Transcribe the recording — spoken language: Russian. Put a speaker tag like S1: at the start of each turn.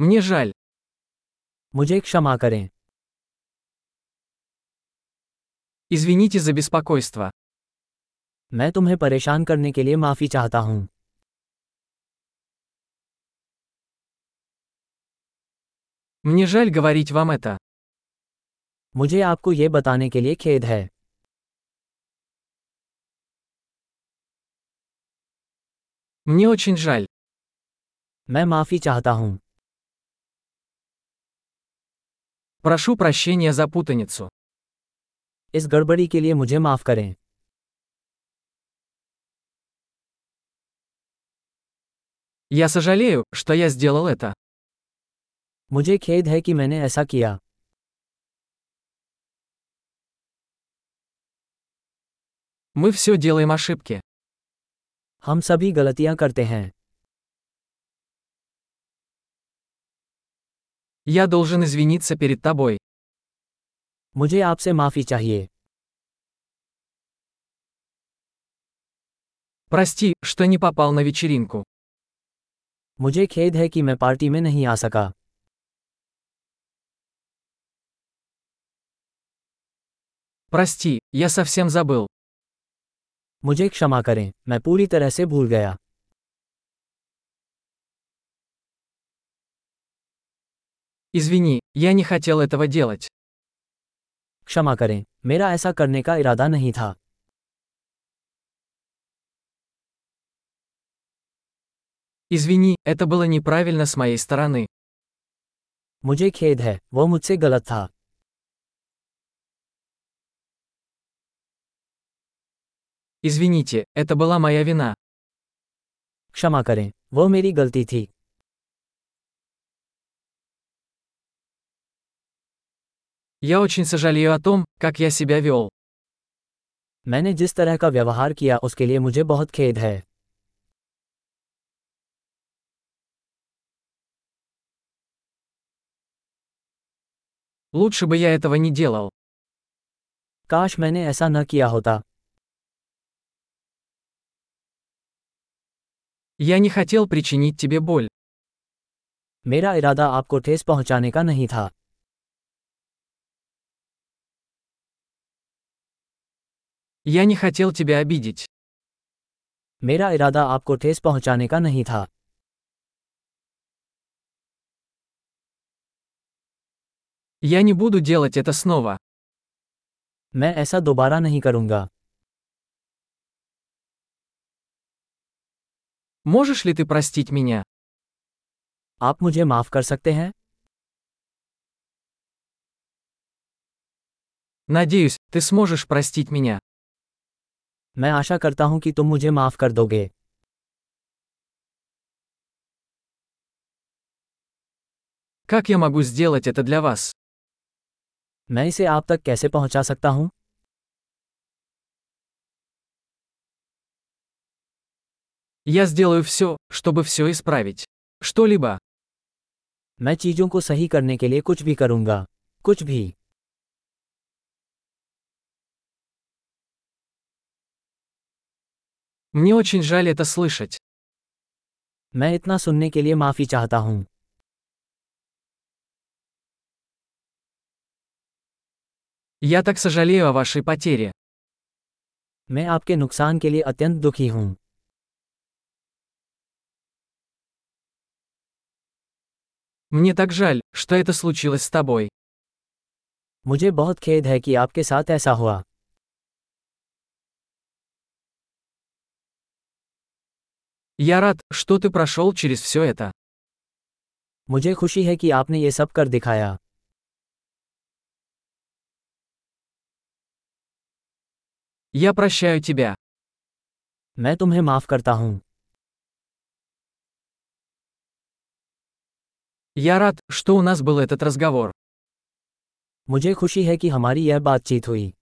S1: Мне жаль.
S2: मुझे क्षमा करें
S1: Извините за беспокойство.
S2: मैं तुम्हें परेशान करने के लिए माफी चाहता हूँ
S1: Мне жаль говорить вам это.
S2: मुझे आपको ये बताने के लिए खेद है
S1: Мне очень жаль.
S2: मैं माफी चाहता हूँ
S1: Прошу прощения за путаницу.
S2: इस गड़बड़ी के लिए मुझे माफ करें
S1: Я сожалею, что я сделал это.
S2: मुझे खेद है कि मैंने ऐसा किया
S1: Мы все делаем ошибки.
S2: हम सभी गलतियाँ करते हैं
S1: Я должен извиниться перед тобой.
S2: मुझे आपसे माफी चाहिए
S1: Прости, что не попал на вечеринку.
S2: मुझे खेद है कि मैं पार्टी में नहीं आ सका
S1: Прости, я совсем забыл.
S2: मुझे क्षमा करें मैं पूरी तरह से भूल गया
S1: Извини, я не хотел этого делать.
S2: क्षमा करें मेरा ऐसा करने का इरादा नहीं था
S1: Извини, это было неправильно с моей стороны.
S2: मुझे खेद है वो मुझसे गलत था
S1: Извините, это была моя вина.
S2: क्षमा करें वो मेरी गलती थी
S1: Я очень сожалею о том, как я себя вел.
S2: मैंने जिस तरह का व्यवहार किया उसके लिए मुझे बहुत खेद है
S1: Лучше бы я этого не делал.
S2: काश मैंने ऐसा न किया होता
S1: Я не хотел причинить тебе боль.
S2: मेरा इरादा आपको ठेस पहुंचाने का नहीं था
S1: Я не хотел тебя обидеть.
S2: मेरा इरादा आपको ठेस पहुंचाने का नहीं था
S1: Я не буду делать это снова.
S2: मैं ऐसा दोबारा नहीं करूंगा
S1: Можешь ли ты простить меня?
S2: आप मुझे माफ कर सकते हैं
S1: Надеюсь, ты сможешь простить меня.
S2: मैं आशा करता हूं कि तुम मुझे माफ कर दोगे
S1: Как я могу сделать это для вас?
S2: मैं इसे आप तक कैसे पहुंचा सकता हूं
S1: Я сделаю все, чтобы все исправить. Что-либо.
S2: मैं चीजों को सही करने के लिए कुछ भी करूंगा कुछ भी
S1: Мне очень жаль это слышать.
S2: मैं इतना सुनने के लिए माफी चाहता हूं
S1: Я так сожалею о вашей потере.
S2: मैं आपके नुकसान के लिए अत्यंत दुखी हूं
S1: Мне так жаль, что это случилось с тобой.
S2: मुझे बहुत खेद है कि आपके साथ ऐसा हुआ
S1: Я рад, что ты прошел через все это.
S2: मुझे खुशी है कि आपने ये सब कर दिखाया
S1: Я прощаю тебя.
S2: मैं तुम्हें माफ करता हूँ
S1: Я рад, что у нас был этот разговор.
S2: मुझे खुशी है कि हमारी यह बातचीत हुई